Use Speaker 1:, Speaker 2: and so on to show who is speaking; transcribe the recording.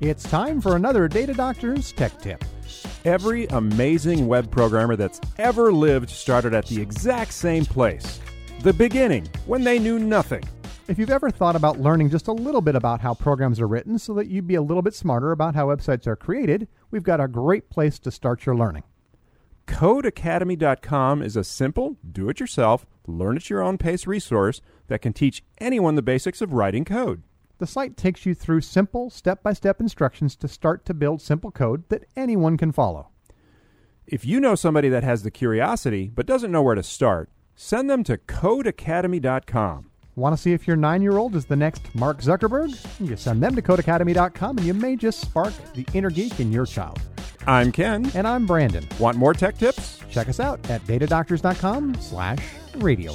Speaker 1: It's time for another Data Doctor's Tech Tip.
Speaker 2: Every amazing web programmer that's ever lived started at the exact same place the beginning, when they knew nothing.
Speaker 1: If you've ever thought about learning just a little bit about how programs are written so that you'd be a little bit smarter about how websites are created, we've got a great place to start your learning.
Speaker 2: CodeAcademy.com is a simple, do it yourself, learn at your own pace resource that can teach anyone the basics of writing code.
Speaker 1: The site takes you through simple, step by step instructions to start to build simple code that anyone can follow.
Speaker 2: If you know somebody that has the curiosity but doesn't know where to start, send them to codeacademy.com.
Speaker 1: Want to see if your nine year old is the next Mark Zuckerberg? You send them to codeacademy.com and you may just spark the inner geek in your child.
Speaker 2: I'm Ken.
Speaker 1: And I'm Brandon.
Speaker 2: Want more tech tips?
Speaker 1: Check us out at datadoctors.com slash radio.